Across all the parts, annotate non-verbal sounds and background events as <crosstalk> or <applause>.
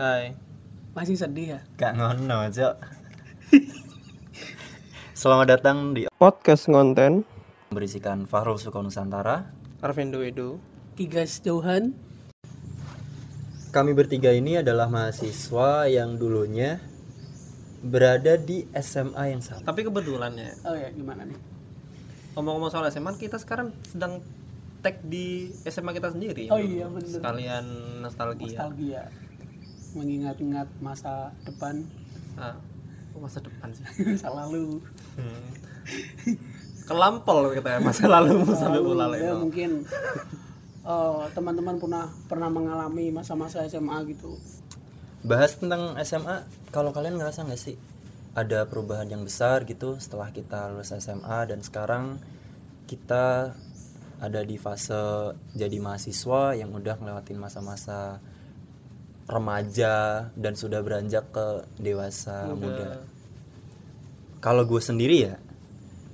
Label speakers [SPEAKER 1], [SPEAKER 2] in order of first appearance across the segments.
[SPEAKER 1] Hai.
[SPEAKER 2] Masih sedih ya?
[SPEAKER 1] Gak ngono, Cok. Selamat datang di
[SPEAKER 3] podcast konten
[SPEAKER 1] berisikan Fahrul Suko Nusantara.
[SPEAKER 3] Arvindo Edo
[SPEAKER 2] Kigas jauhan
[SPEAKER 1] Kami bertiga ini adalah mahasiswa yang dulunya berada di SMA yang sama.
[SPEAKER 3] tapi kebetulan ya
[SPEAKER 2] Oh ya gimana nih?
[SPEAKER 3] ngomong-ngomong soal SMA kita sekarang sedang tag kan di SMA kita sendiri
[SPEAKER 2] Oh iya, bener.
[SPEAKER 3] sekalian nostalgia
[SPEAKER 2] Nostalgia Mengingat-ingat masa depan
[SPEAKER 3] Ah, oh, masa depan sih
[SPEAKER 2] <laughs> Masa lalu
[SPEAKER 3] kelampol kita ya masa lalu masa lalu
[SPEAKER 2] ya, Mungkin eh, teman-teman pernah pernah mengalami masa-masa SMA gitu
[SPEAKER 1] Bahas tentang SMA, kalau kalian ngerasa nggak sih ada perubahan yang besar gitu setelah kita lulus SMA dan sekarang kita ada di fase jadi mahasiswa yang udah ngelewatin masa-masa remaja dan sudah beranjak ke dewasa muda. Kalau gue sendiri ya,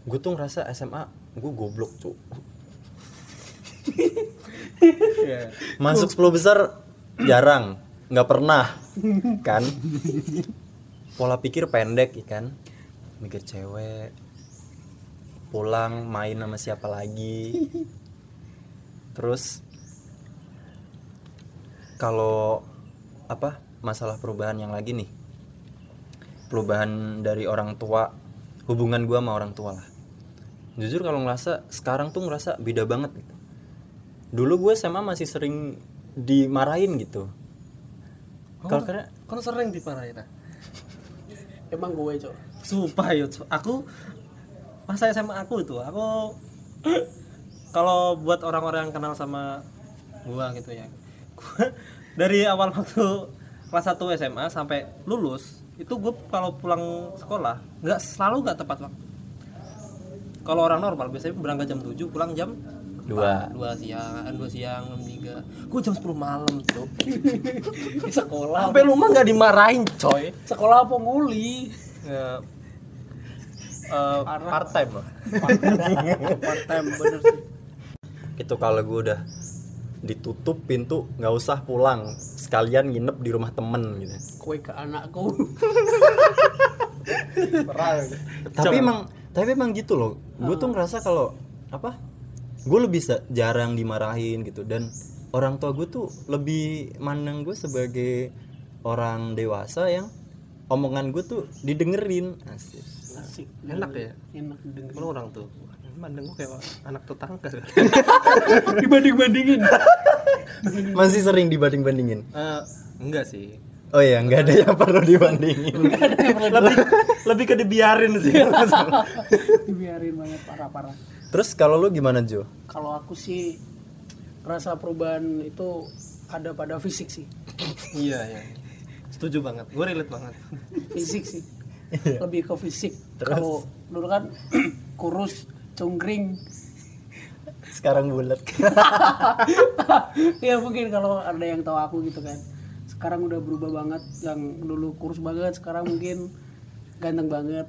[SPEAKER 1] gue tuh ngerasa SMA gue goblok cu. Masuk 10 besar jarang, nggak pernah kan. Pola pikir pendek ikan, mikir cewek, pulang main sama siapa lagi. Terus kalau apa masalah perubahan yang lagi nih perubahan dari orang tua hubungan gua sama orang tua lah jujur kalau ngerasa sekarang tuh ngerasa beda banget gitu dulu gue sama masih sering dimarahin gitu kalau karena
[SPEAKER 3] kan sering diparahin ah.
[SPEAKER 2] Emang gue cok
[SPEAKER 3] Sumpah yo, aku masa SMA aku itu, aku <clears throat> kalau buat orang-orang yang kenal sama gua gitu ya. Gua <laughs> dari awal waktu kelas 1 SMA sampai lulus, itu gua kalau pulang sekolah nggak selalu nggak tepat waktu. Kalau orang normal biasanya berangkat jam 7, pulang jam
[SPEAKER 1] dua
[SPEAKER 3] dua siang, dua siang, jam tiga. Gua jam 10 malam, <laughs> Cok.
[SPEAKER 2] Di sekolah
[SPEAKER 3] Sampai rumah nggak dimarahin, coy.
[SPEAKER 2] Sekolah apa nguli?
[SPEAKER 3] Ya, eh, part time lah.
[SPEAKER 2] Part time bener sih
[SPEAKER 1] itu Gitu, kalau gue udah ditutup pintu nggak usah pulang sekalian nginep di rumah temen gitu
[SPEAKER 2] Kue ke
[SPEAKER 3] <laughs>
[SPEAKER 2] anakku
[SPEAKER 1] tapi emang tapi emang gitu loh gue tuh ngerasa kalau apa gue lebih sa- jarang dimarahin gitu dan orang tua gue tuh lebih mandang gue sebagai orang dewasa yang omongan gue tuh didengerin Asik.
[SPEAKER 2] Asik
[SPEAKER 3] Enak ya?
[SPEAKER 2] Enak denger
[SPEAKER 3] Emang orang tuh mandang gue kayak anak <laughs> tetangga
[SPEAKER 2] <laughs> Dibanding-bandingin <laughs>
[SPEAKER 1] masih sering dibanding bandingin
[SPEAKER 3] Eh, enggak sih
[SPEAKER 1] oh ya nggak ada yang perlu dibandingin
[SPEAKER 3] lebih lebih ke dibiarin sih
[SPEAKER 2] Dibiarin banget parah-parah
[SPEAKER 1] terus kalau lu gimana Jo
[SPEAKER 2] kalau aku sih rasa perubahan itu ada pada fisik sih
[SPEAKER 3] iya iya setuju banget gue relate banget
[SPEAKER 2] fisik sih lebih ke fisik kalau dulu kan <clears throat> kurus cungkring
[SPEAKER 1] sekarang bulat <laughs>
[SPEAKER 2] <laughs> ya mungkin kalau ada yang tahu aku gitu kan sekarang udah berubah banget yang dulu kurus banget sekarang mungkin ganteng banget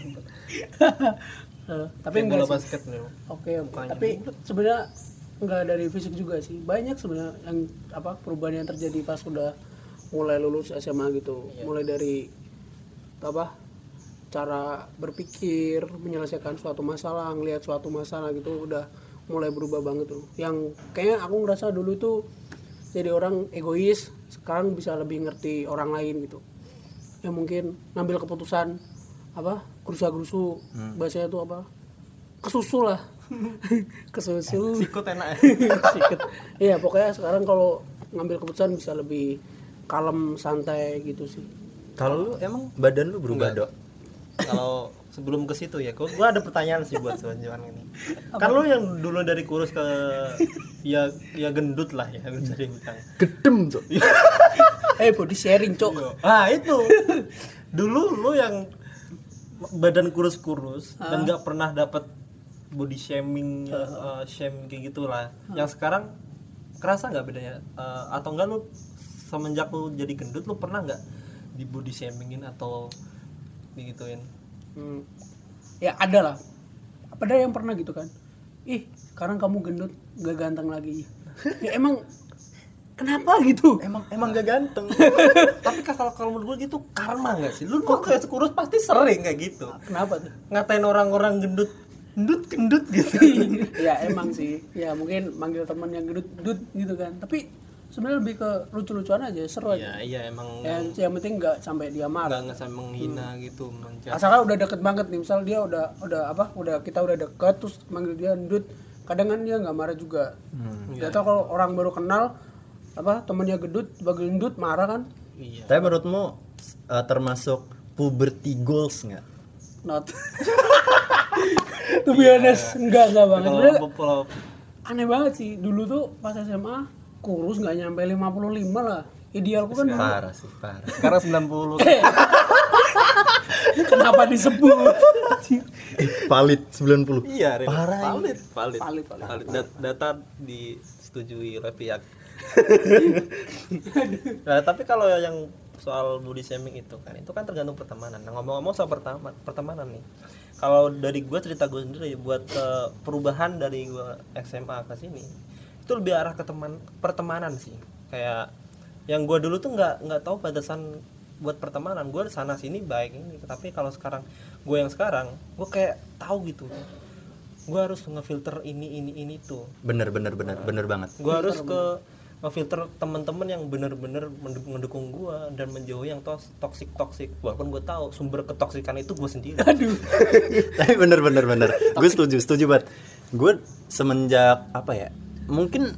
[SPEAKER 2] <laughs> Eh, tapi enggak
[SPEAKER 3] bola
[SPEAKER 2] sih.
[SPEAKER 3] basket nih
[SPEAKER 2] Oke, oke. tapi sebenarnya nggak dari fisik juga sih. Banyak sebenarnya yang apa perubahan yang terjadi pas udah mulai lulus SMA gitu.
[SPEAKER 3] Iya.
[SPEAKER 2] Mulai dari apa cara berpikir, menyelesaikan suatu masalah, ngelihat suatu masalah gitu udah mulai berubah banget tuh. Yang kayaknya aku ngerasa dulu tuh jadi orang egois, sekarang bisa lebih ngerti orang lain gitu. Ya mungkin ngambil keputusan apa gerusa-gerusu bahasanya tuh apa kesusul lah kesusul
[SPEAKER 3] ikut enak ya
[SPEAKER 2] sikit <laughs> iya pokoknya sekarang kalau ngambil keputusan bisa lebih kalem santai gitu sih
[SPEAKER 1] kalau lu emang badan lu berubah dok
[SPEAKER 3] kalau sebelum ke situ ya gue ada pertanyaan sih buat Sohan ini kan lo yang dulu dari kurus ke ya ya gendut lah ya bisa dibilang
[SPEAKER 1] gedem tuh
[SPEAKER 2] eh body sharing cok
[SPEAKER 3] ah itu dulu lu yang badan kurus-kurus dan nggak pernah dapat body shaming uh, shame kayak gitulah yang sekarang kerasa nggak bedanya Eh, atau enggak lu semenjak lu jadi gendut lu pernah nggak di body shamingin atau digituin
[SPEAKER 2] Hmm. ya ada lah ada yang pernah gitu kan ih sekarang kamu gendut gak ganteng lagi ya emang kenapa gitu
[SPEAKER 1] emang emang gak ganteng
[SPEAKER 3] <laughs> tapi kak, kalau kalau menurut gue gitu karma nggak sih lu kok kayak kurus pasti sering kayak gitu
[SPEAKER 2] kenapa tuh
[SPEAKER 3] ngatain orang-orang gendut gendut gendut gitu
[SPEAKER 2] <laughs> ya emang sih ya mungkin manggil teman yang gedut gedut gitu kan tapi sebenarnya lebih ke lucu-lucuan aja seru aja
[SPEAKER 3] ya <laughs> iya emang
[SPEAKER 2] yang, yang penting nggak sampai dia marah
[SPEAKER 3] nggak nggak sampai menghina gitu mencaci
[SPEAKER 2] asalkan udah deket banget nih misal dia udah udah apa udah kita udah deket terus manggil dia ndut kadang kan dia nggak marah juga
[SPEAKER 3] Hmm. Iya.
[SPEAKER 2] Gak tau kalau orang baru kenal apa temennya gedut bagel ndut marah kan
[SPEAKER 3] iya
[SPEAKER 1] tapi menurutmu eh, termasuk puberty goals nggak
[SPEAKER 2] not to be honest enggak enggak banget
[SPEAKER 3] Iya. kalau
[SPEAKER 2] Sebenarnya
[SPEAKER 3] kalau
[SPEAKER 2] aneh banget sih dulu tuh pas SMA kurus nggak nyampe 55 lah idealku kan dulu
[SPEAKER 1] parah sih
[SPEAKER 3] <laughs>
[SPEAKER 1] parah
[SPEAKER 3] sekarang kan? 90
[SPEAKER 2] <laughs> kenapa disebut
[SPEAKER 1] valid 90
[SPEAKER 3] iya Rin.
[SPEAKER 1] parah ini.
[SPEAKER 3] valid valid
[SPEAKER 2] Valid, valid.
[SPEAKER 3] valid. Dat- data disetujui oleh pihak nah tapi kalau yang soal body shaming itu kan itu kan tergantung pertemanan nah ngomong-ngomong soal pertama- pertemanan nih kalau dari gue cerita gue sendiri buat eh, perubahan dari gue SMA ke sini itu lebih arah ke teman pertemanan sih kayak yang gue dulu tuh nggak nggak tahu batasan buat pertemanan gue sana sini baik ini tapi kalau sekarang gue yang sekarang gue kayak tahu gitu gue harus ngefilter ini ini ini tuh
[SPEAKER 1] bener bener bener bener banget <laughs>
[SPEAKER 3] gue harus ke ngefilter teman-teman yang bener-bener mendu- mendukung gua dan menjauhi yang tos toksik toksik walaupun gue tahu sumber ketoksikan itu gue sendiri aduh
[SPEAKER 1] tapi bener bener bener gue setuju setuju banget gue semenjak apa ya mungkin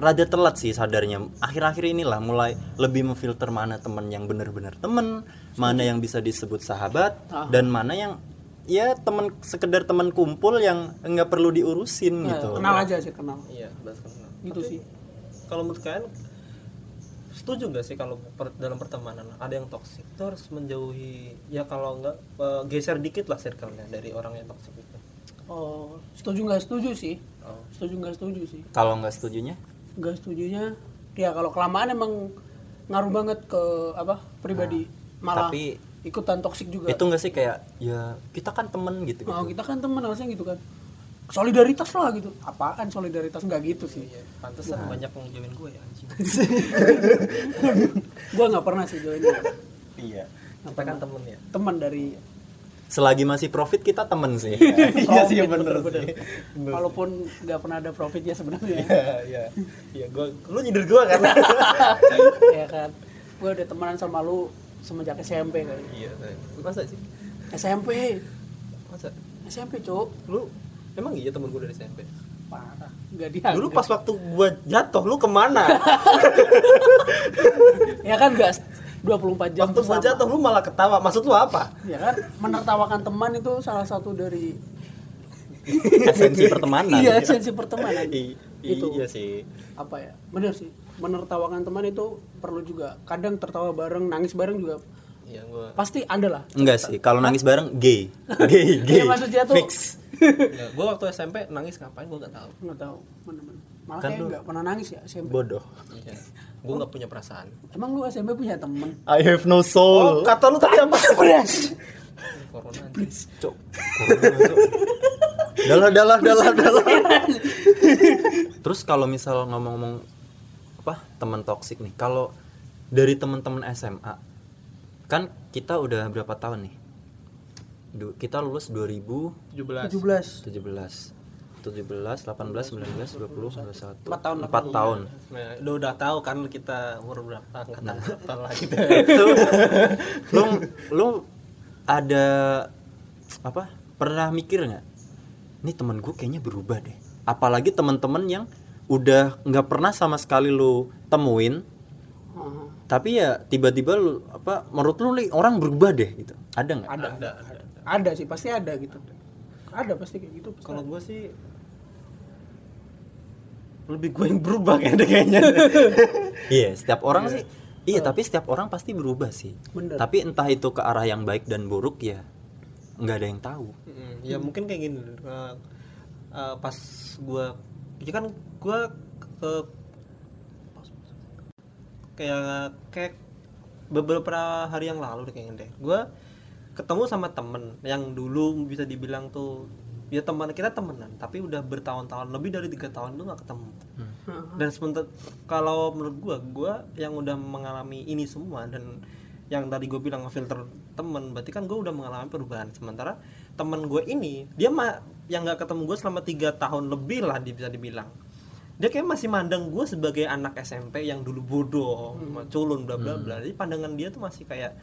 [SPEAKER 1] rada telat sih sadarnya akhir-akhir inilah mulai lebih memfilter mana temen yang bener-bener temen mana yang bisa disebut sahabat dan mana yang ya temen sekedar temen kumpul yang nggak perlu diurusin gitu
[SPEAKER 2] <laughs> kenal aja sih kenal
[SPEAKER 3] iya bahas kenal.
[SPEAKER 2] gitu sih
[SPEAKER 3] kalau menurut kalian setuju nggak sih kalau per- dalam pertemanan ada yang toksik itu harus menjauhi ya kalau nggak eh, geser dikit lah circle-nya dari orang yang toksik itu
[SPEAKER 2] oh setuju nggak setuju sih
[SPEAKER 3] Oh.
[SPEAKER 2] setuju nggak setuju sih
[SPEAKER 1] kalau nggak setujunya
[SPEAKER 2] nggak setujunya ya kalau kelamaan emang ngaruh banget ke apa
[SPEAKER 3] Nah,
[SPEAKER 2] pribadi malah
[SPEAKER 1] tapi-
[SPEAKER 2] ikutan toksik juga
[SPEAKER 1] itu nggak sih kayak ya kita kan temen gitu gitu
[SPEAKER 2] Oh, kita kan teman harusnya gitu kan solidaritas lah gitu apaan solidaritas nggak gitu sih
[SPEAKER 3] Iya, pantesan banyak yang jauhin gue ya anjing
[SPEAKER 2] gua nggak pernah sih join
[SPEAKER 3] iya kita kan temen ya
[SPEAKER 2] teman dari
[SPEAKER 1] selagi masih profit kita temen
[SPEAKER 2] <laughs>
[SPEAKER 1] sih
[SPEAKER 3] <laughs> iya sih bener, bener sih
[SPEAKER 2] gitu, walaupun nggak pernah ada profitnya sebenarnya <laughs>
[SPEAKER 3] iya iya iya gue lu nyindir gue kan
[SPEAKER 2] ya kan gua udah temenan sama lu semenjak SMP kan
[SPEAKER 3] <laughs> iya masa sih
[SPEAKER 2] SMP
[SPEAKER 3] masa
[SPEAKER 2] SMP cuk
[SPEAKER 3] lu emang iya temen gue dari SMP
[SPEAKER 2] parah nggak dianggap
[SPEAKER 3] dulu pas waktu gue jatuh lu <laughs> kemana
[SPEAKER 2] ya kan nggak 24 jam
[SPEAKER 3] waktu gue
[SPEAKER 2] bersama.
[SPEAKER 3] jatuh lu malah ketawa maksud lu apa
[SPEAKER 2] ya kan menertawakan teman itu salah satu dari
[SPEAKER 1] esensi pertemanan
[SPEAKER 2] iya esensi pertemanan
[SPEAKER 3] <laughs> I-
[SPEAKER 2] itu
[SPEAKER 3] iya sih
[SPEAKER 2] apa ya benar sih menertawakan teman itu perlu juga kadang tertawa bareng nangis bareng juga
[SPEAKER 3] iya gue
[SPEAKER 2] pasti ada lah
[SPEAKER 1] Enggak sih, kalau nangis bareng gay. Gay, gay.
[SPEAKER 2] Iya, maksudnya tuh-
[SPEAKER 1] Fix.
[SPEAKER 3] gue waktu SMP nangis ngapain gue gak tahu
[SPEAKER 2] <laughs> nggak tahu mana-mana malah
[SPEAKER 3] Kan
[SPEAKER 2] kayak nggak pernah nangis ya SMP
[SPEAKER 1] Bodoh.
[SPEAKER 3] gue gak Iya. punya perasaan
[SPEAKER 2] emang lu SMP punya temen
[SPEAKER 1] I have no
[SPEAKER 3] oh
[SPEAKER 1] soul.
[SPEAKER 3] kata lu tadi apa <laughs>
[SPEAKER 2] beres
[SPEAKER 3] corona
[SPEAKER 1] Cok. Dalah, dalah, dalah, dalah. Terus kalau misal ngomong-ngomong apa teman toksik nih, kalau dari teman-teman SMA kan kita udah berapa tahun nih? Du- kita lulus 2017,
[SPEAKER 3] 17
[SPEAKER 2] 17
[SPEAKER 1] 17, 18, 19, 20, 21.
[SPEAKER 2] Empat tahun
[SPEAKER 1] 4 tahun.
[SPEAKER 3] Nah, udah, udah tahu kan kita umur berapa angkatan berapa lah gitu <laughs>
[SPEAKER 1] itu lu lu ada apa pernah mikir nggak ini temen gue kayaknya berubah deh apalagi temen-temen yang udah nggak pernah sama sekali lu temuin
[SPEAKER 2] Oh,
[SPEAKER 1] tapi ya tiba-tiba lu apa menurut lu nih orang berubah deh gitu ada nggak
[SPEAKER 2] ada
[SPEAKER 3] Ada, ada.
[SPEAKER 2] ada sih pasti ada gitu ada pasti kayak gitu pasti
[SPEAKER 3] kalau gue sih lebih gue yang berubah kayaknya <laughs> kayaknya
[SPEAKER 1] iya setiap orang sih iya tapi setiap orang pasti berubah sih
[SPEAKER 2] Bener.
[SPEAKER 1] tapi entah itu ke arah yang baik dan buruk ya nggak ada yang tahu
[SPEAKER 3] Mm, ya mungkin kayak gini uh, uh, pas gua ya kan gua ke kayak kayak beberapa hari yang lalu deh kayaknya deh gua ketemu sama temen yang dulu bisa dibilang tuh ya teman kita temenan tapi udah bertahun-tahun lebih dari tiga tahun tuh nggak ketemu
[SPEAKER 2] Heeh.
[SPEAKER 3] dan sebentar kalau menurut gua gua yang udah mengalami ini semua dan yang tadi gue bilang ngefilter temen berarti kan gue udah mengalami perubahan sementara temen gue ini dia mah yang nggak ketemu gue selama tiga tahun lebih lah di- bisa dibilang dia kayak masih mandang gue sebagai anak SMP yang dulu bodoh culun bla bla bla jadi pandangan dia tuh masih kayak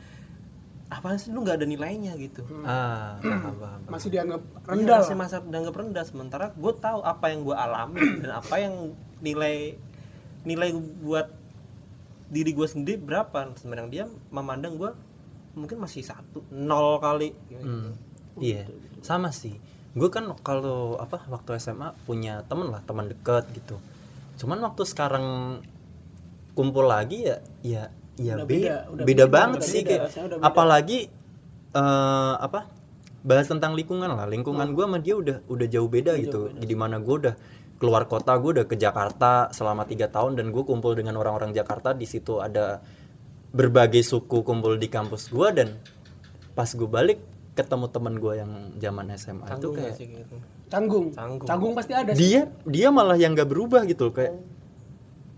[SPEAKER 3] apa sih lu nggak ada nilainya gitu
[SPEAKER 1] ah paham, paham.
[SPEAKER 2] masih dianggap rendah
[SPEAKER 3] rendah
[SPEAKER 2] lah.
[SPEAKER 3] masih masa dianggap rendah sementara gue tahu apa yang gue alami <clears throat> dan apa yang nilai nilai buat diri gue sendiri berapa sebenarnya dia memandang gue mungkin masih satu nol kali Gitu.
[SPEAKER 1] Hmm,
[SPEAKER 2] gitu.
[SPEAKER 1] iya sama sih gue kan kalau apa waktu SMA punya temen lah teman dekat gitu cuman waktu sekarang kumpul lagi ya ya ya
[SPEAKER 2] Udah
[SPEAKER 1] be-
[SPEAKER 2] beda,
[SPEAKER 1] beda
[SPEAKER 2] udah beda,
[SPEAKER 1] banget
[SPEAKER 2] udah
[SPEAKER 1] sih
[SPEAKER 2] beda,
[SPEAKER 1] kayak
[SPEAKER 2] rasanya udah beda.
[SPEAKER 1] apalagi eh, apa bahas tentang lingkungan lah lingkungan gue sama dia udah udah jauh beda gitu di mana gue udah keluar kota gue udah ke Jakarta selama tiga tahun dan gue kumpul dengan orang-orang Jakarta di situ ada berbagai suku kumpul di kampus gue dan pas gue balik ketemu temen gue yang zaman SMA itu
[SPEAKER 3] Tanggung
[SPEAKER 1] kayak
[SPEAKER 3] nggak sih gitu?
[SPEAKER 2] Canggung.
[SPEAKER 3] Canggung.
[SPEAKER 2] pasti ada. sih.
[SPEAKER 1] dia dia malah yang gak berubah gitu loh,
[SPEAKER 3] Oh.
[SPEAKER 1] kayak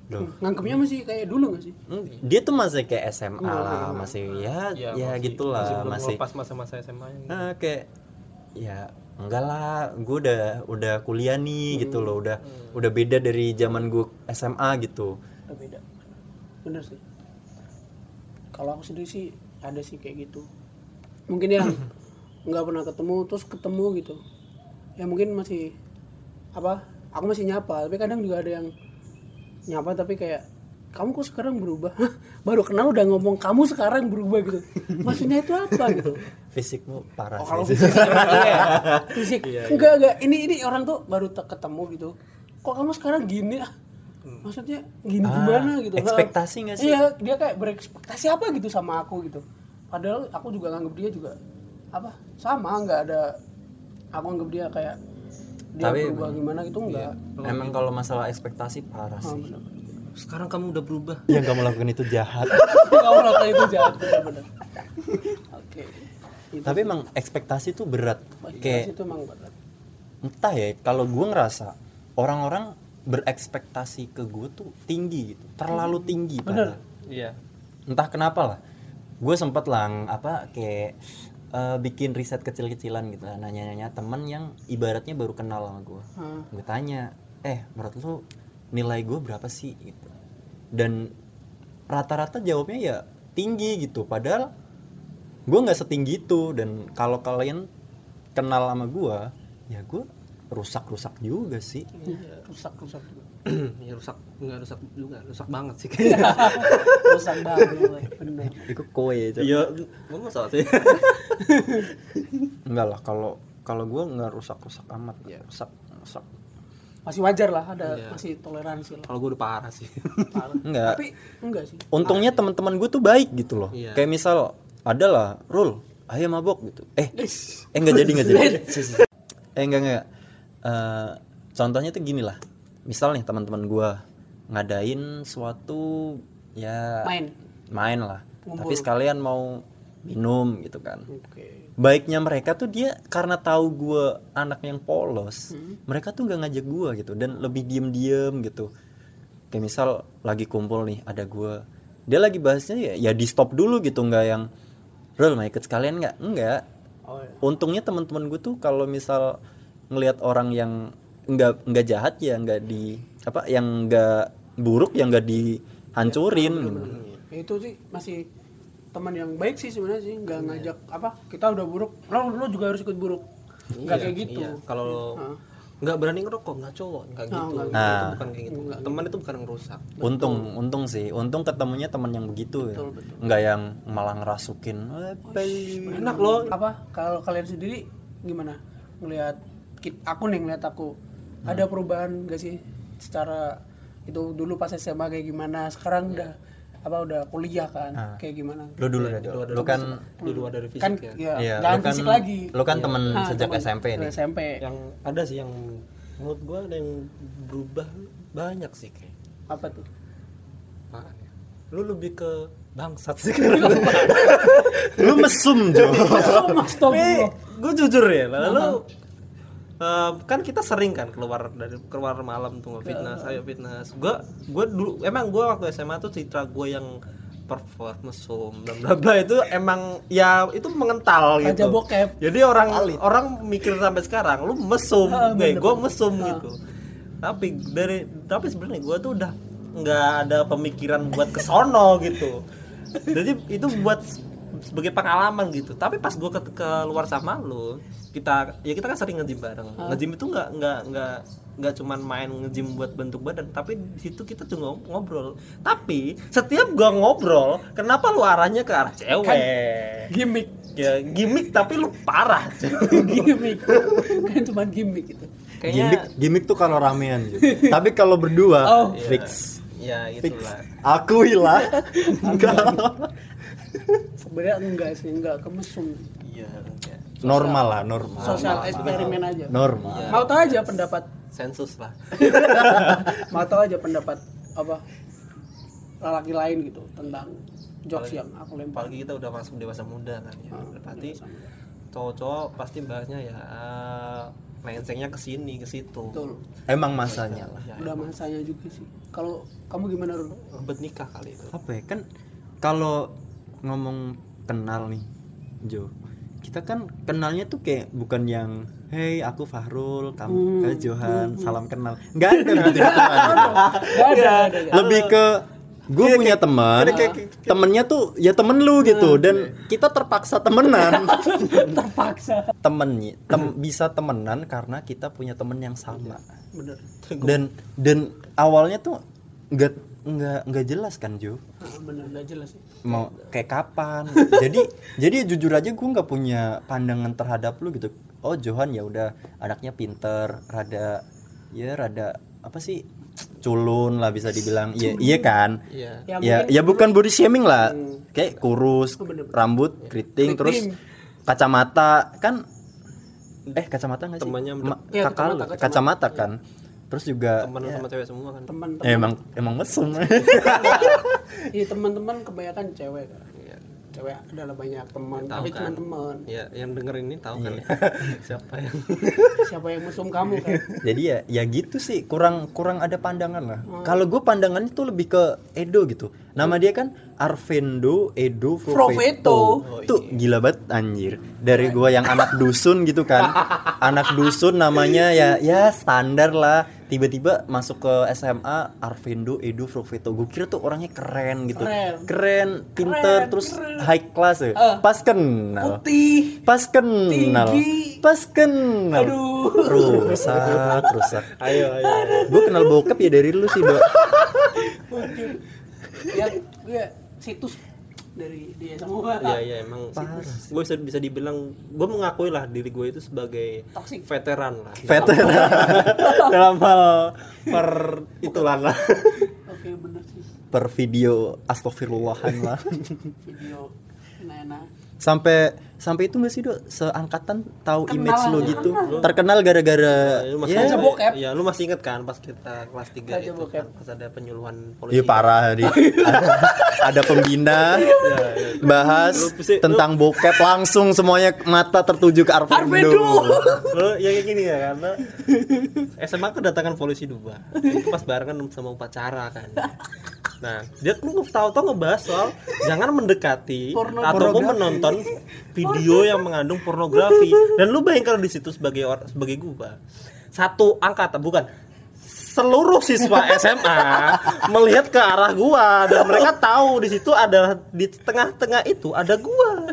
[SPEAKER 1] Loh,
[SPEAKER 2] Nganggepnya masih kayak dulu gak sih?
[SPEAKER 1] hmm, dia tuh masih kayak SMA
[SPEAKER 3] Iya,
[SPEAKER 1] lah masih ya ya,
[SPEAKER 3] masih-
[SPEAKER 1] gitulah
[SPEAKER 3] masih belum
[SPEAKER 1] masih
[SPEAKER 3] lepas masa-masa SMA nya
[SPEAKER 1] Ah, kayak ya enggak lah gue udah udah kuliah nih gitu loh udah
[SPEAKER 2] Hmm.
[SPEAKER 1] udah beda dari zaman gue SMA gitu
[SPEAKER 2] Udah beda. Bener sih. Kalau aku sendiri sih ada sih kayak gitu. Mungkin yang nggak pernah ketemu terus ketemu gitu. Ya mungkin masih apa? Aku masih nyapa, tapi kadang juga ada yang nyapa tapi kayak kamu kok sekarang berubah? <laughs> Hah? Baru kenal udah ngomong kamu sekarang berubah gitu. Maksudnya itu apa gitu?
[SPEAKER 1] fisikmu parah
[SPEAKER 2] Oh,
[SPEAKER 1] <laughs>
[SPEAKER 2] kalau
[SPEAKER 1] sih
[SPEAKER 2] fisik iya. fisik enggak enggak ini ini orang tuh baru te- ketemu gitu kok kamu sekarang gini ah? maksudnya gini
[SPEAKER 1] Ah,
[SPEAKER 2] gimana gitu Ha.
[SPEAKER 1] ekspektasi nggak sih?
[SPEAKER 2] iya dia kayak berekspektasi apa gitu sama aku gitu padahal aku juga nganggep dia juga apa sama nggak ada aku nganggep dia kayak dia
[SPEAKER 1] Tapi iya.
[SPEAKER 2] berubah gimana gitu Oh, enggak
[SPEAKER 1] emang kalau masalah ekspektasi parah sih
[SPEAKER 3] sekarang kamu udah berubah
[SPEAKER 2] Hmm.
[SPEAKER 1] yang kamu lakukan itu
[SPEAKER 2] <laughs>
[SPEAKER 1] jahat
[SPEAKER 2] kamu lakukan itu jahat
[SPEAKER 1] <laughs>
[SPEAKER 2] benar-benar oke
[SPEAKER 1] tapi emang ekspektasi tuh berat
[SPEAKER 2] ekspektasi
[SPEAKER 1] kayak
[SPEAKER 2] itu emang berat
[SPEAKER 1] entah ya kalau gue ngerasa orang-orang berekspektasi ke gue tuh tinggi gitu terlalu
[SPEAKER 2] Hmm.
[SPEAKER 1] tinggi padahal.
[SPEAKER 3] iya
[SPEAKER 1] entah kenapa lah gue sempet lang apa kayak eh, bikin riset kecil-kecilan gitu lah nanya-nanya temen yang ibaratnya baru kenal sama gue gue tanya eh menurut lu nilai gue berapa sih gitu dan rata-rata jawabnya ya tinggi gitu padahal gue nggak setinggi itu dan kalau kalian kenal sama gue ya gue rusak-rusak juga sih
[SPEAKER 2] Iya, rusak rusak juga
[SPEAKER 3] <clears throat> ya rusak nggak rusak juga rusak banget sih
[SPEAKER 2] <laughs> rusak banget ya, benar
[SPEAKER 1] itu kowe aja
[SPEAKER 3] <laughs> iya gue nggak <laughs> salah sih
[SPEAKER 1] enggak lah kalau kalau gue nggak rusak-rusak amat rusak rusak
[SPEAKER 2] masih wajar lah ada
[SPEAKER 3] Iya.
[SPEAKER 2] masih toleransi
[SPEAKER 3] <laughs>
[SPEAKER 2] lah
[SPEAKER 3] kalau gue udah parah sih Iya.
[SPEAKER 2] Parah.
[SPEAKER 1] Enggak.
[SPEAKER 2] tapi enggak sih
[SPEAKER 1] untungnya teman-teman gue tuh baik gitu loh
[SPEAKER 3] Iya.
[SPEAKER 1] kayak misal adalah rule ayo mabok gitu <laughs> eh eh nggak jadi nggak jadi eh enggak enggak Eh, contohnya tuh gini lah misal nih teman-teman gue ngadain suatu
[SPEAKER 3] Iya.
[SPEAKER 1] ya
[SPEAKER 2] Main.
[SPEAKER 1] main lah
[SPEAKER 2] Ngumpul.
[SPEAKER 1] tapi sekalian mau minum gitu kan
[SPEAKER 2] oke
[SPEAKER 1] baiknya mereka tuh dia karena tahu gue anak yang polos mereka tuh nggak ngajak gue gitu dan lebih diem diem gitu kayak misal lagi kumpul nih ada gue dia lagi bahasnya ya, ya di stop dulu gitu nggak yang real mau ikut sekalian nggak nggak
[SPEAKER 2] oh ya.
[SPEAKER 1] untungnya teman-teman gue tuh kalau misal ngelihat orang yang nggak nggak jahat ya nggak di apa yang nggak buruk yang nggak dihancurin gitu.
[SPEAKER 3] Iya.
[SPEAKER 2] Ya, itu sih masih teman yang baik sih sebenarnya sih nggak
[SPEAKER 3] Iya.
[SPEAKER 2] ngajak apa kita udah buruk lo lo juga harus ikut buruk nggak kayak gitu Oh,
[SPEAKER 3] Iya, kalau nggak berani ngerokok nggak cowok nggak gitu
[SPEAKER 1] nggak
[SPEAKER 3] itu
[SPEAKER 1] gitu.
[SPEAKER 3] bukan kayak gitu teman itu bukan ngerusak
[SPEAKER 1] Untung, untung sih, untung ketemunya teman yang begitu ya. Nggak yang malah ngerasukin. "Eh, baik."
[SPEAKER 2] enak lo apa kalau kalian sendiri gimana ngelihat kit- aku nih ngelihat aku
[SPEAKER 3] Hmm.
[SPEAKER 2] ada perubahan gak sih secara itu dulu pas SMA kayak gimana
[SPEAKER 3] Iya.
[SPEAKER 2] sekarang udah apa udah kuliah kan
[SPEAKER 3] Ah.
[SPEAKER 2] kayak gimana
[SPEAKER 1] Lu dulu deh, Dol. lu kan
[SPEAKER 3] di luar dari fisik
[SPEAKER 2] kan
[SPEAKER 3] ya.
[SPEAKER 2] ya,
[SPEAKER 1] iya,
[SPEAKER 2] jangan
[SPEAKER 1] lu kan
[SPEAKER 2] fisik lagi
[SPEAKER 1] lu kan temen
[SPEAKER 2] Ah,
[SPEAKER 1] sejak
[SPEAKER 2] temen.
[SPEAKER 1] SMP nih.
[SPEAKER 2] SMP
[SPEAKER 3] yang ada sih yang menurut gua ada yang berubah banyak sih kayak
[SPEAKER 2] apa tuh
[SPEAKER 3] apaan ya? lu lebih ke bangsat sekarang
[SPEAKER 2] <laughs>
[SPEAKER 3] <laughs>
[SPEAKER 1] <laughs> Lu mesum, Jo.
[SPEAKER 2] Astagfirullah.
[SPEAKER 3] gue jujur ya lalu eh, kan kita sering kan keluar dari keluar malam tuh fitness ayo fitness gua gua dulu emang gua waktu SMA tuh citra gua yang perform mesum bla bla bla itu emang ya itu mengental
[SPEAKER 2] Raja
[SPEAKER 3] gitu
[SPEAKER 2] bokep.
[SPEAKER 3] jadi orang orang mikir sampai sekarang lu mesum gue gue mesum gitu tapi dari tapi sebenarnya gue tuh udah nggak ada pemikiran buat kesono gitu jadi itu buat sebagai pengalaman gitu tapi pas gue ke keluar sama lu kita ya kita kan sering ngejim bareng ngejim itu nggak nggak nggak nggak cuman main ngejim buat bentuk badan tapi di situ kita tuh ngo- ngobrol tapi setiap gua ngobrol kenapa lu arahnya ke arah cewek
[SPEAKER 2] gimmick
[SPEAKER 3] ya gimmick tapi lu parah
[SPEAKER 2] gimmick kan cuma gimmick gitu
[SPEAKER 1] Gimik
[SPEAKER 3] ya,
[SPEAKER 1] gimik tuh kalau ramean
[SPEAKER 2] <laughs>
[SPEAKER 1] gitu. Tapi kalau berdua
[SPEAKER 2] Oh. Iya.
[SPEAKER 1] fix.
[SPEAKER 3] ya
[SPEAKER 1] Fix.
[SPEAKER 3] itulah
[SPEAKER 2] <laughs>
[SPEAKER 1] Akuilah. Enggak.
[SPEAKER 2] sebenarnya enggak sih enggak kemesum
[SPEAKER 3] iya ya.
[SPEAKER 1] normal lah, normal.
[SPEAKER 2] sosial eksperimen aja
[SPEAKER 1] Normal.
[SPEAKER 2] mau tahu aja pendapat
[SPEAKER 3] sensus lah
[SPEAKER 2] mau tahu aja pendapat apa lelaki lain gitu tentang jokes yang aku lempar
[SPEAKER 3] apalagi kita udah masuk dewasa muda kan ya berarti cowok-cowok pasti bahasnya ya lencengnya ke sini ke situ
[SPEAKER 2] betul
[SPEAKER 1] Emang masanya
[SPEAKER 3] Ya,
[SPEAKER 1] lah.
[SPEAKER 2] udah masanya juga sih kalau kamu gimana Rul?
[SPEAKER 3] ribet nikah kali itu
[SPEAKER 1] Apa ya kan kalau ngomong kenal nih, Jo. Kita kan kenalnya tuh kayak bukan yang Hey, aku Fahrul, kamu eh, Johan, salam kenal. Enggak ada gitu ya, teman.
[SPEAKER 2] Gak ada, ada, ada.
[SPEAKER 1] lebih ke gue punya teman temennya tuh ya temen lu gitu dan kita terpaksa temenan <laughs>
[SPEAKER 2] <laughs> terpaksa
[SPEAKER 1] temennya tem- bisa temenan karena kita punya temen yang sama
[SPEAKER 2] bener
[SPEAKER 3] Iya.
[SPEAKER 1] dan dan awalnya tuh nggak nggak nggak jelas kan Jo
[SPEAKER 2] Ah, bener gak jelas sih
[SPEAKER 1] mau kayak
[SPEAKER 3] <laughs>
[SPEAKER 1] kapan jadi jadi jujur aja gue nggak punya pandangan terhadap lu gitu oh Johan ya udah anaknya pinter rada ya rada apa sih culun lah bisa dibilang iya iya kan
[SPEAKER 3] Iya.
[SPEAKER 1] ya ya, bukan body shaming lah kayak kurus
[SPEAKER 2] Bener-bener.
[SPEAKER 1] rambut keriting terus kacamata kan eh kacamata nggak sih
[SPEAKER 3] Temannya
[SPEAKER 1] Ma-
[SPEAKER 2] Iya,
[SPEAKER 1] kakak lu,
[SPEAKER 2] kacamata,
[SPEAKER 1] kacamata, kan terus juga
[SPEAKER 3] temen sama cewek semua kan
[SPEAKER 2] teman
[SPEAKER 1] ya, emang emang mesum
[SPEAKER 2] iya teman-teman kebanyakan cewek kan. cewek adalah banyak teman tapi cuma teman
[SPEAKER 3] Iya. ya yang dengerin ini tahu kan ya <laughs> siapa yang
[SPEAKER 2] siapa yang mesum kamu
[SPEAKER 3] <laughs>
[SPEAKER 2] kan
[SPEAKER 1] jadi ya ya gitu sih kurang kurang ada pandangan lah kalau gue pandangannya tuh lebih ke Edo gitu nama dia kan Arvendo Edo Profeto tuh gila banget anjir dari gue yang anak dusun gitu kan anak dusun namanya ya ya standar lah tiba-tiba masuk ke SMA Arvendo Edo Profeto gue kira tuh orangnya keren gitu
[SPEAKER 2] Keren.
[SPEAKER 1] keren, pinter terus high class ya pas kenal
[SPEAKER 2] putih
[SPEAKER 1] pas kenal
[SPEAKER 2] Tinggi.
[SPEAKER 1] pas kenal
[SPEAKER 2] Aduh.
[SPEAKER 1] rusak rusak
[SPEAKER 3] ayo ayo
[SPEAKER 1] gue kenal bokep ya dari lu sih dok
[SPEAKER 2] ya gue situs dari dia semua
[SPEAKER 3] ya ya emang gue bisa bisa dibilang gue mengakui lah diri gue itu sebagai
[SPEAKER 2] Toxic.
[SPEAKER 3] veteran lah <laughs>
[SPEAKER 1] veteran dalam hal
[SPEAKER 3] per itulah lah
[SPEAKER 2] oke bener sih
[SPEAKER 1] per video astagfirullahan lah
[SPEAKER 2] video enak-enak
[SPEAKER 1] sampai sampai itu gak sih dok seangkatan tahu
[SPEAKER 2] Kenal
[SPEAKER 1] image lu
[SPEAKER 2] aja.
[SPEAKER 1] gitu terkenal gara-gara
[SPEAKER 3] Ya, lu masih
[SPEAKER 1] ya,
[SPEAKER 2] Raja bokep.
[SPEAKER 3] Ya, lu masih inget kan pas kita kelas 3
[SPEAKER 2] Raja
[SPEAKER 3] itu
[SPEAKER 2] bokep.
[SPEAKER 3] kan, pas ada penyuluhan polisi.
[SPEAKER 1] Iya
[SPEAKER 3] Ya,
[SPEAKER 1] parah hari ada, <laughs> ada pembina bahas
[SPEAKER 3] Lu pasti-
[SPEAKER 1] tentang bokep langsung semuanya mata tertuju ke Arvindo.
[SPEAKER 3] Lu ya kayak gini ya karena SMA kedatangan polisi dua. Itu pas barengan sama upacara kan. Nah, dia lu tahu-tahu ngebahas soal jangan mendekati
[SPEAKER 2] Porno-
[SPEAKER 3] atau
[SPEAKER 1] pornografi.
[SPEAKER 3] menonton video yang mengandung pornografi. Dan lu bayangin kalau di situ sebagai or- sebagai gua satu angkatan bukan seluruh siswa SMA melihat ke arah gua dan mereka tahu di situ ada di tengah-tengah itu ada gua.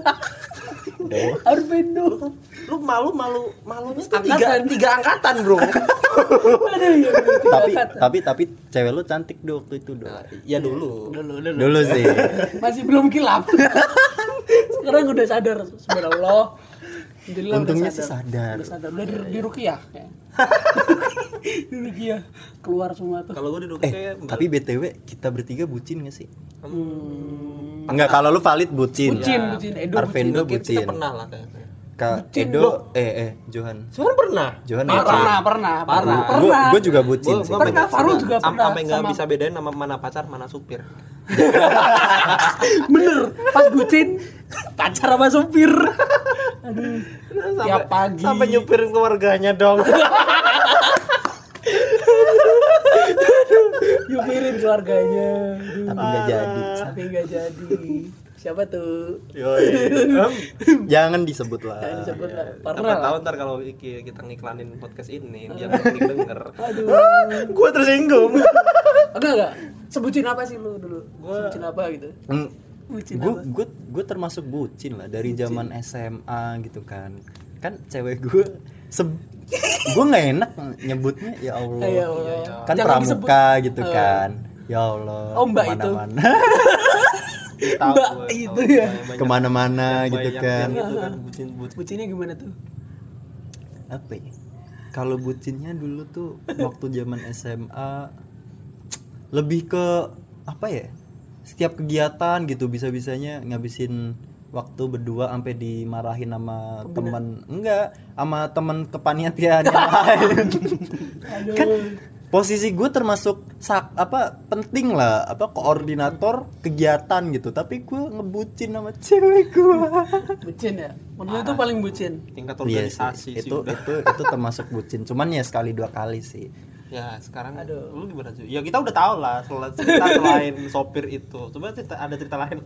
[SPEAKER 2] Arvendo
[SPEAKER 3] Lu malu malu malunya
[SPEAKER 2] angkatan.
[SPEAKER 3] angkatan tiga angkatan,
[SPEAKER 2] <laughs>
[SPEAKER 3] Bro.
[SPEAKER 2] ada ya
[SPEAKER 1] tapi tapi tapi cewek lu cantik dok waktu itu dok
[SPEAKER 2] Nah,
[SPEAKER 3] ya dulu.
[SPEAKER 2] dulu dulu
[SPEAKER 1] dulu sih
[SPEAKER 2] masih belum
[SPEAKER 1] <laughs>
[SPEAKER 2] kilap sekarang udah sadar subhanallah Alhamdulillah udah
[SPEAKER 1] Untungnya sih sadar.
[SPEAKER 2] udah sadar udah di, di rukiah
[SPEAKER 1] <laughs>
[SPEAKER 2] kayak. di rukiah keluar semua tuh
[SPEAKER 3] Kalau gua duduk
[SPEAKER 1] eh
[SPEAKER 3] kayak
[SPEAKER 1] tapi btw kita bertiga bucin gak sih
[SPEAKER 2] hmm,
[SPEAKER 1] Enggak kalau lu valid bucin
[SPEAKER 2] bucin bucin
[SPEAKER 1] Iya.
[SPEAKER 2] Edo bucin
[SPEAKER 1] Arvendo
[SPEAKER 3] kita
[SPEAKER 1] bucin
[SPEAKER 3] pernah lah kayaknya.
[SPEAKER 1] Ka Edo eh eh Johan
[SPEAKER 3] Cuman pernah.
[SPEAKER 1] Johan
[SPEAKER 2] Ah,
[SPEAKER 1] bucin
[SPEAKER 2] pernah pernah pernah
[SPEAKER 3] Parah.
[SPEAKER 2] pernah
[SPEAKER 1] gue juga
[SPEAKER 2] <laughs>
[SPEAKER 1] bucin sih
[SPEAKER 2] gua- Pernah, Farul juga
[SPEAKER 3] Sam-
[SPEAKER 2] pernah
[SPEAKER 3] Sampai nggak
[SPEAKER 2] sama-
[SPEAKER 3] bisa bedain nama mana pacar, mana supir.
[SPEAKER 2] bener pas bucin pacar sama supir tiap pagi
[SPEAKER 1] Sampai nyupirin keluarganya dong.
[SPEAKER 2] nyupirin keluarganya Aduh,
[SPEAKER 1] Tapi nggak jadi.
[SPEAKER 2] tapi nggak jadi siapa tuh
[SPEAKER 1] Yoi. Jangan disebut lah.
[SPEAKER 2] Jangan disebut lah
[SPEAKER 3] Apa
[SPEAKER 2] pernah lah
[SPEAKER 3] tahu ntar kalau iki- kita ngiklanin podcast ini dia mungkin denger.
[SPEAKER 2] aduh
[SPEAKER 1] Gue tersinggung.
[SPEAKER 2] enggak enggak sebutin apa sih lu dulu sebutin apa gitu
[SPEAKER 1] Mm,
[SPEAKER 2] Bucin
[SPEAKER 1] gue gue gue termasuk bucin lah dari zaman SMA gitu kan kan cewek gue se gue nggak enak nyebutnya ya Allah,
[SPEAKER 2] Ya
[SPEAKER 3] Iya,
[SPEAKER 2] Allah.
[SPEAKER 1] kan
[SPEAKER 2] Jangan Eh.
[SPEAKER 1] pramuka gitu kan ya Allah
[SPEAKER 2] Oh, mbak itu.
[SPEAKER 1] kemana-mana <laughs>
[SPEAKER 2] mbak itu ya
[SPEAKER 1] kemana-mana gitu
[SPEAKER 3] Banyak
[SPEAKER 1] kan
[SPEAKER 3] yang gitu kan bucin-bucin.
[SPEAKER 2] bucinnya gimana tuh
[SPEAKER 1] apa ya kalau bucinnya dulu tuh waktu zaman SMA lebih ke apa ya setiap kegiatan gitu bisa bisanya ngabisin waktu berdua sampai dimarahin sama teman enggak sama teman kepanitiaan yang <laughs> lain kan posisi gue termasuk sak apa penting lah apa koordinator kegiatan gitu tapi gue ngebucin sama cewek gue
[SPEAKER 2] bucin ya menurut lu
[SPEAKER 3] Ah.
[SPEAKER 2] itu paling bucin
[SPEAKER 3] Tingkat
[SPEAKER 1] Iya sih,
[SPEAKER 3] organisasi sih
[SPEAKER 1] itu
[SPEAKER 3] udah.
[SPEAKER 1] itu itu termasuk bucin cuman ya sekali dua kali sih
[SPEAKER 3] Ya sekarang
[SPEAKER 2] Aduh.
[SPEAKER 3] lu gimana sih? Ya kita udah tahu lah sel- cerita selain <laughs> sopir itu. Coba cerita, ada cerita lain.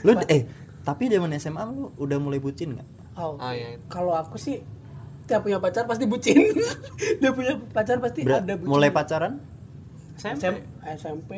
[SPEAKER 1] lu eh tapi zaman SMA lu udah mulai bucin nggak
[SPEAKER 2] oh,
[SPEAKER 3] Ah, iya.
[SPEAKER 2] kalau aku sih dia punya pacar pasti bucin <laughs> dia punya pacar pasti
[SPEAKER 1] Ber-
[SPEAKER 2] ada bucin
[SPEAKER 1] mulai pacaran
[SPEAKER 3] Saya
[SPEAKER 2] SMP, SMP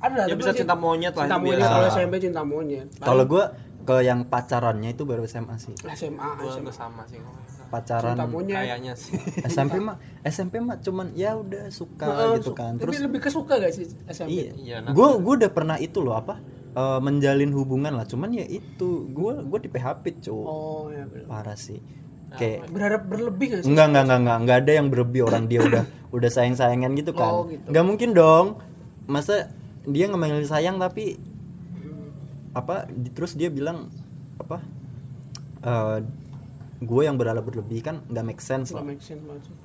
[SPEAKER 2] ada lah,
[SPEAKER 3] Ya
[SPEAKER 2] tapi
[SPEAKER 3] bisa
[SPEAKER 2] masih-
[SPEAKER 3] cinta monyet lah, iya.
[SPEAKER 2] cinta
[SPEAKER 3] Ah. itu
[SPEAKER 2] monyet
[SPEAKER 3] biasa.
[SPEAKER 2] kalau SMP cinta monyet
[SPEAKER 1] kalau gua ke yang pacarannya itu baru SMA sih
[SPEAKER 2] SMA
[SPEAKER 3] Ah,
[SPEAKER 2] SMA
[SPEAKER 3] gua sama sih. kalau nggak salah.
[SPEAKER 1] pacaran
[SPEAKER 2] cinta monyet
[SPEAKER 3] Kayaknya sih.
[SPEAKER 1] SMP mah SMP mah cuman ya udah suka
[SPEAKER 2] Heeh,
[SPEAKER 1] gitu
[SPEAKER 2] su-
[SPEAKER 1] kan
[SPEAKER 2] tapi
[SPEAKER 1] terus
[SPEAKER 2] lebih kesuka gak sih SMP
[SPEAKER 1] iya
[SPEAKER 3] Iya, nah.
[SPEAKER 1] gua gua udah pernah itu loh apa eh, menjalin hubungan lah cuman ya itu gua gua di PHP cuy
[SPEAKER 2] oh ya bener.
[SPEAKER 1] parah sih kayak
[SPEAKER 2] berharap berlebih gak sih
[SPEAKER 1] Enggak, enggak, enggak, enggak, enggak ada yang berlebih orang dia
[SPEAKER 2] <laughs>
[SPEAKER 1] udah udah sayang-sayangan gitu kan.
[SPEAKER 2] Oh, gitu.
[SPEAKER 1] Enggak mungkin dong. Masa dia ngemanggil sayang tapi
[SPEAKER 3] Hmm.
[SPEAKER 2] Hmm,
[SPEAKER 1] apa di- terus dia bilang apa eh, gue yang berharap berlebih kan nggak make sense
[SPEAKER 2] Gak
[SPEAKER 1] lah.
[SPEAKER 2] make sense banget sih.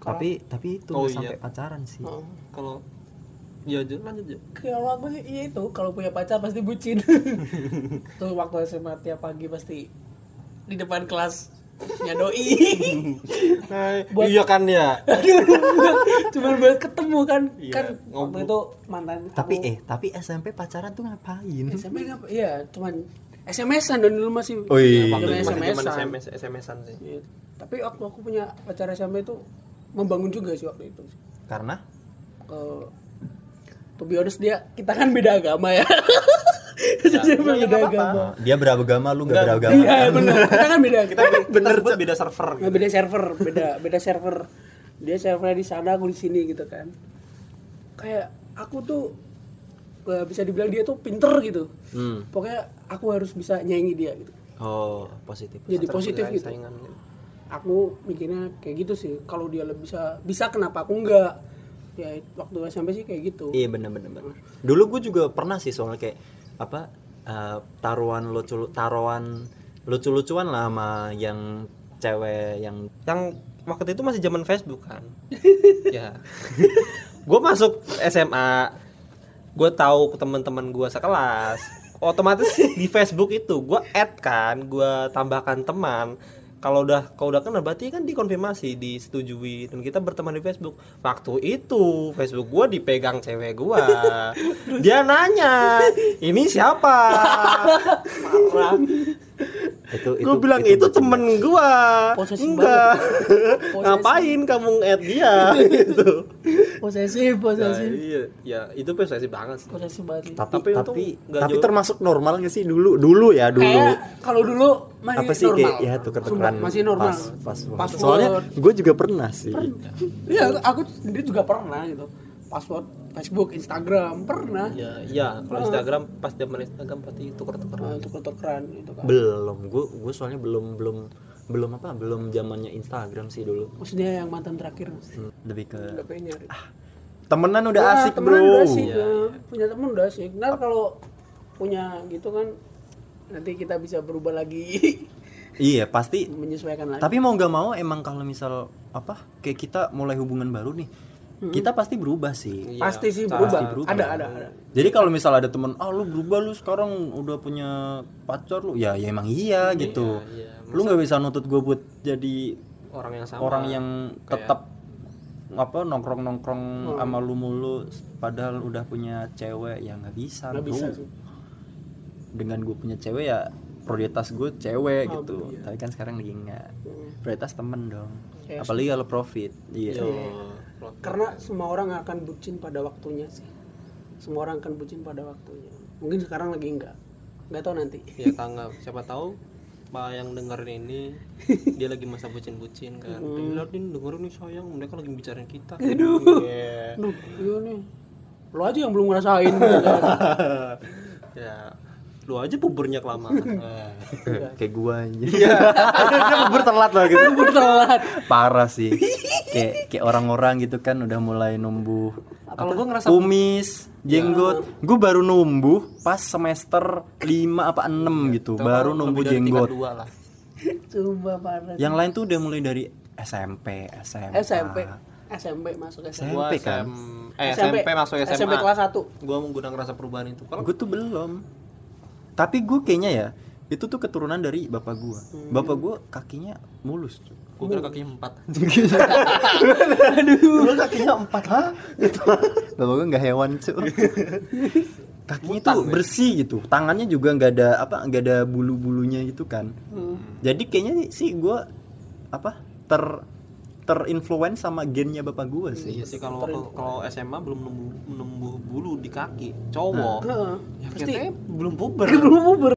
[SPEAKER 1] Tapi tapi itu
[SPEAKER 3] Oh,
[SPEAKER 1] nggak
[SPEAKER 3] iya.
[SPEAKER 1] sampai pacaran sih.
[SPEAKER 2] Oh.
[SPEAKER 3] <laughs> Kalau ya Jo, lanjut Jo.
[SPEAKER 2] Kalau aku sih iya itu kalau punya pacar pasti bucin. Tuh waktu SMA tiap pagi pasti di depan kelas ya nyadoi. Buat-
[SPEAKER 3] Iya kan ya.
[SPEAKER 2] Cuman buat ketemu kan
[SPEAKER 3] Iya,
[SPEAKER 2] kan waktu
[SPEAKER 3] ngobrol.
[SPEAKER 2] itu mantan
[SPEAKER 1] Tapi
[SPEAKER 2] aku-
[SPEAKER 1] eh tapi SMP pacaran tuh ngapain?
[SPEAKER 2] SMP ngapa? Iya, cuman SMS-an dan dulu masih.
[SPEAKER 1] Oh, iya.
[SPEAKER 2] Waktu itu
[SPEAKER 3] Masih zaman
[SPEAKER 2] SMS-an.
[SPEAKER 3] SMS SMS-an <laughs> sih.
[SPEAKER 2] Iya. Tapi waktu aku punya pacar SMP itu membangun juga sih waktu itu.
[SPEAKER 1] Karena
[SPEAKER 2] Ke to be honest dia kita kan beda agama ya. <laughs> Jadi emang beda agama.
[SPEAKER 1] eh, dia beragama lu gak beragama.
[SPEAKER 2] Iya benar. Kita kan beda.
[SPEAKER 1] <laughs>
[SPEAKER 2] Kita
[SPEAKER 3] Bener sebut beda server.
[SPEAKER 2] Nggak beda server, beda beda server. Dia servernya di sana, aku di sini gitu kan. Kayak aku tuh eh, bisa dibilang dia tuh pinter gitu.
[SPEAKER 1] Hmm.
[SPEAKER 2] Pokoknya aku harus bisa nyanyi dia gitu.
[SPEAKER 1] Oh, positif.
[SPEAKER 2] Jadi positif
[SPEAKER 3] Saingan-
[SPEAKER 2] gitu.
[SPEAKER 3] saingan gitu.
[SPEAKER 2] Aku mikirnya kayak gitu sih. Kalau dia lebih bisa bisa kenapa aku enggak? Ya waktu SMP sih kayak gitu.
[SPEAKER 1] Iya bener bener bener. Dulu gue juga pernah sih soalnya kayak apa eh, taruhan lucu taruhan lucu-lucuan lah sama yang cewek yang
[SPEAKER 3] Yang waktu itu masih zaman Facebook kan. <laughs> ya. gue masuk SMA. Gue tahu ke teman-teman gue sekelas. Otomatis di Facebook itu gue add kan, gue tambahkan teman. Kalau udah kalau udah kenal berarti kan dikonfirmasi, disetujui dan kita berteman di Facebook. Waktu itu Facebook gue dipegang cewek gue. Dia nanya, "Ini siapa?"
[SPEAKER 1] itu itu
[SPEAKER 3] Gue bilang itu, temen gua
[SPEAKER 2] Posesif
[SPEAKER 3] Enggak
[SPEAKER 2] Posesif.
[SPEAKER 3] Ngapain kamu nge-add dia gitu
[SPEAKER 2] Posesif,
[SPEAKER 3] ya,
[SPEAKER 2] posesif.
[SPEAKER 3] iya, ya, itu posesif banget sih
[SPEAKER 2] Posesif banget. sih.
[SPEAKER 1] tapi tapi
[SPEAKER 3] Tapi untung
[SPEAKER 1] tapi,
[SPEAKER 3] nggak jauh.
[SPEAKER 1] termasuk normal gak sih dulu dulu ya dulu
[SPEAKER 2] Kayak kalau dulu masih
[SPEAKER 1] apa sih
[SPEAKER 2] Kan normal.
[SPEAKER 1] kayak ya tuker
[SPEAKER 2] Sumpah,
[SPEAKER 1] tukeran
[SPEAKER 2] masih normal.
[SPEAKER 1] pas, pas,
[SPEAKER 2] Password.
[SPEAKER 1] soalnya gue juga pernah sih
[SPEAKER 2] Iya, aku sendiri juga pernah gitu. Password Facebook, Instagram, pernah.
[SPEAKER 1] Iya,
[SPEAKER 2] Eh,
[SPEAKER 3] Ya, ya kalau Instagram pas zaman Instagram pasti tuker-tuker
[SPEAKER 2] Nah, Untuk tukeran gitu kan.
[SPEAKER 1] belum gue gue soalnya belum belum belum apa belum zamannya Instagram sih dulu
[SPEAKER 2] Maksudnya yang mantan terakhir
[SPEAKER 1] Hmm, lebih ke
[SPEAKER 2] udah pengen nyari.
[SPEAKER 1] temenan Ah, udah
[SPEAKER 2] Ah,
[SPEAKER 1] asik
[SPEAKER 2] temen
[SPEAKER 1] bro Iya.
[SPEAKER 2] udah asik, ya. Punya temen udah asik. Nah, kalau punya gitu kan nanti kita bisa berubah lagi <laughs>
[SPEAKER 1] iya pasti
[SPEAKER 2] menyesuaikan lagi.
[SPEAKER 1] Tapi mau nggak mau emang kalau misal apa kayak kita mulai hubungan baru nih kita pasti berubah sih
[SPEAKER 2] pasti sih berubah.
[SPEAKER 1] Iya, berubah.
[SPEAKER 2] Ada ada ada.
[SPEAKER 1] jadi kalau misal ada temen ah lu berubah lu sekarang udah punya pacar lu ya ya emang iya gitu
[SPEAKER 3] iya.
[SPEAKER 1] lu nggak bisa nuntut gue buat jadi
[SPEAKER 3] orang yang sama
[SPEAKER 1] orang yang tetap apa nongkrong nongkrong
[SPEAKER 2] Hmm.
[SPEAKER 1] sama lu mulu padahal udah punya cewek ya nggak bisa
[SPEAKER 2] Nggak
[SPEAKER 1] bro.
[SPEAKER 2] bisa sih.
[SPEAKER 1] dengan gue punya cewek ya prioritas gue cewek
[SPEAKER 2] Oh,
[SPEAKER 1] gitu
[SPEAKER 2] iya.
[SPEAKER 1] tapi kan sekarang lagi nggak
[SPEAKER 2] Hmm.
[SPEAKER 1] prioritas temen dong apalagi kalau profit iya
[SPEAKER 3] Oh,
[SPEAKER 2] Karena semua orang akan bucin pada waktunya sih. Semua orang akan bucin pada waktunya. Mungkin sekarang lagi enggak. Enggak tahu nanti.
[SPEAKER 3] ya tanggap siapa tahu pak yang dengerin ini dia lagi masa bucin-bucin kan hmm. lihat nih dengerin nih sayang mereka lagi bicarain kita aduh
[SPEAKER 2] Duh, iya nih. Lo aja yang belum ngerasain. gitu kan. Enggak,
[SPEAKER 3] <laughs> ya lu aja buburnya kelamaan
[SPEAKER 1] kayak gue aja
[SPEAKER 3] <laughs> Iya. Kan
[SPEAKER 1] dia bubur telat lah gitu
[SPEAKER 2] <laughs> Telat.
[SPEAKER 1] <laughs> parah sih kayak kayak orang-orang gitu kan udah mulai numbuh
[SPEAKER 3] Kalau gua ngerasa- Iya.
[SPEAKER 1] kumis jenggot gue baru numbuh pas semester 5 apa 6 gitu baru
[SPEAKER 3] Iya. Lebih
[SPEAKER 1] numbuh
[SPEAKER 3] dari tingkat
[SPEAKER 1] jenggot
[SPEAKER 3] dua lah
[SPEAKER 2] Coba parah.
[SPEAKER 3] Ya,
[SPEAKER 1] yang lain tuh udah mulai dari SMP SMP
[SPEAKER 2] SMP. SMP masuk SMP.
[SPEAKER 3] gua
[SPEAKER 1] SMP kan
[SPEAKER 3] SM, eh, SMP, masuk SMA
[SPEAKER 2] SMP kelas 1.
[SPEAKER 3] gua menggunakan rasa perubahan itu kalau
[SPEAKER 1] gue tuh belum tapi gue kayaknya ya itu tuh keturunan dari bapak gue
[SPEAKER 3] Hmm.
[SPEAKER 1] bapak gue kakinya mulus cuy.
[SPEAKER 3] gua kira kakinya empat
[SPEAKER 1] Lu kakinya empat hah? Gitu. Bapak gue nggak hewan cuy. Kakinya tuh bersih gitu, tangannya juga nggak ada apa nggak ada bulu bulunya gitu kan. Jadi kayaknya sih gue apa ter terinfluence sama gennya bapak gue sih.
[SPEAKER 3] iya sih kalau kalau SMA belum numbuh, numbuh bulu di kaki cowok
[SPEAKER 2] Heeh.
[SPEAKER 3] ya
[SPEAKER 2] Pasti
[SPEAKER 3] katanya belum puber
[SPEAKER 2] <laughs> <laughs> belum puber.